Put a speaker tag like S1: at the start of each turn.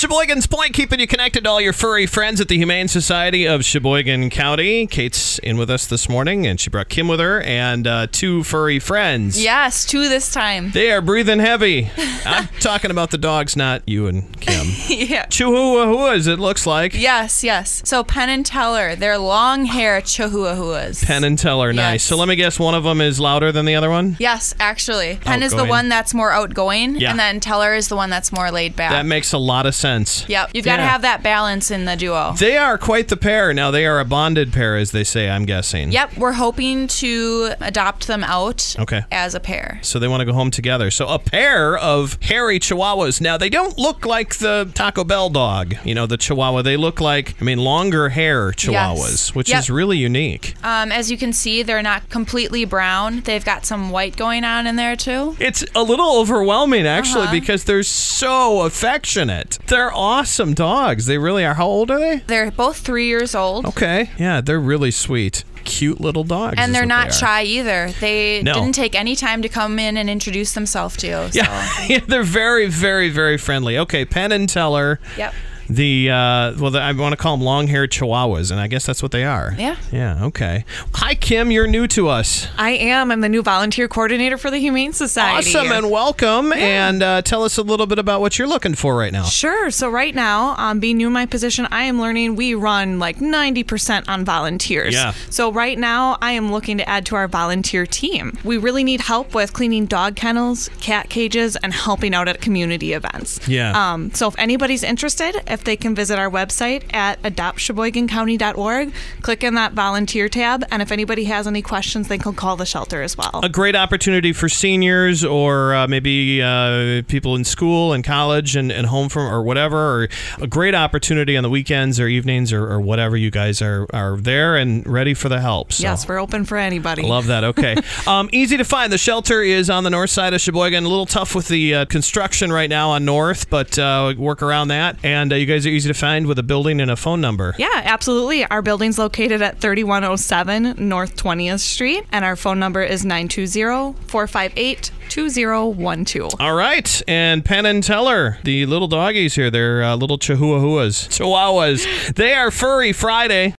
S1: Sheboygan's Point, keeping you connected to all your furry friends at the Humane Society of Sheboygan County. Kate's in with us this morning, and she brought Kim with her and uh, two furry friends.
S2: Yes, two this time.
S1: They are breathing heavy. I'm talking about the dogs, not you and Kim.
S2: yeah.
S1: Chihuahuas, it looks like.
S2: Yes, yes. So Penn and Teller, they're long hair chihuahuas.
S1: Penn and Teller, nice.
S2: Yes.
S1: So let me guess, one of them is louder than the other one?
S2: Yes, actually. Penn is the
S1: Outgoing.
S2: one that's more outgoing,
S1: Yeah.
S2: and then Teller is the one that's more laid back.
S1: That makes a lot of sense.
S2: yep. You've got to
S1: Yeah.
S2: have that balance in the duo.
S1: They are quite the pair. Now, they are a bonded pair, as they say, I'm guessing.
S2: Yep, we're hoping to adopt them out
S1: Okay.
S2: as a pair.
S1: So they want to go home together. So a pair of hairy chihuahuas. Now they don't look like the Taco Bell dog, you know, the chihuahua. They look like, I mean, longer hair chihuahuas,
S2: Yes.
S1: which
S2: Yep.
S1: is really unique.
S2: Um, as you can see, they're not completely brown. They've got some white going on in there too.
S1: It's a little overwhelming actually
S2: Uh-huh.
S1: because they're so affectionate. They're awesome dogs. They really are. How old are they?
S2: They're both three years old.
S1: Okay. Yeah, they're really sweet. Cute little dogs. is
S2: And they're
S1: what they
S2: not
S1: are.
S2: shy either. They
S1: No.
S2: didn't take any time to come in and introduce themselves to you. so-
S1: Yeah. yeah, they're very, very, very friendly. Okay, Penn and Teller.
S2: Yep.
S1: The uh, well, the, I want to call them long-haired chihuahuas, and I guess that's what they are.
S2: Yeah.
S1: Yeah. Okay. Hi, Kim. You're new to us.
S3: I am. I'm the new volunteer coordinator for the Humane Society.
S1: Awesome and welcome. And uh, tell us a little bit about what you're looking for right now.
S3: Sure. So right now, um, being new in my position, I am learning we run like 90% on volunteers.
S1: Yeah.
S3: So right now, I am looking to add to our volunteer team. We really need help with cleaning dog kennels, cat cages, and helping out at community events.
S1: Yeah.
S3: Um, so if anybody's interested, if they can visit our website at adoptsheboygancounty.org, click in that volunteer tab, and if anybody has any questions, they can call the shelter as well.
S1: A great opportunity for seniors or uh, maybe uh, people in school and college and, and home from or whatever, or a great opportunity on the weekends or evenings or, or whatever you guys are, are there and ready for the help. So.
S3: Yes, we're open for anybody.
S1: Love that. Okay. um, easy to find. The shelter is on the north side of Sheboygan. A little tough with the uh, construction right now on north, but uh, work around that. And uh, you guys are easy to find with a building and a phone number.
S3: Yeah, absolutely. Our building's located at 3107 North 20th Street, and our phone number is 920 458 2012.
S1: All right. And Penn and Teller, the little doggies here, they're uh, little chihuahuas, chihuahuas. They are furry Friday.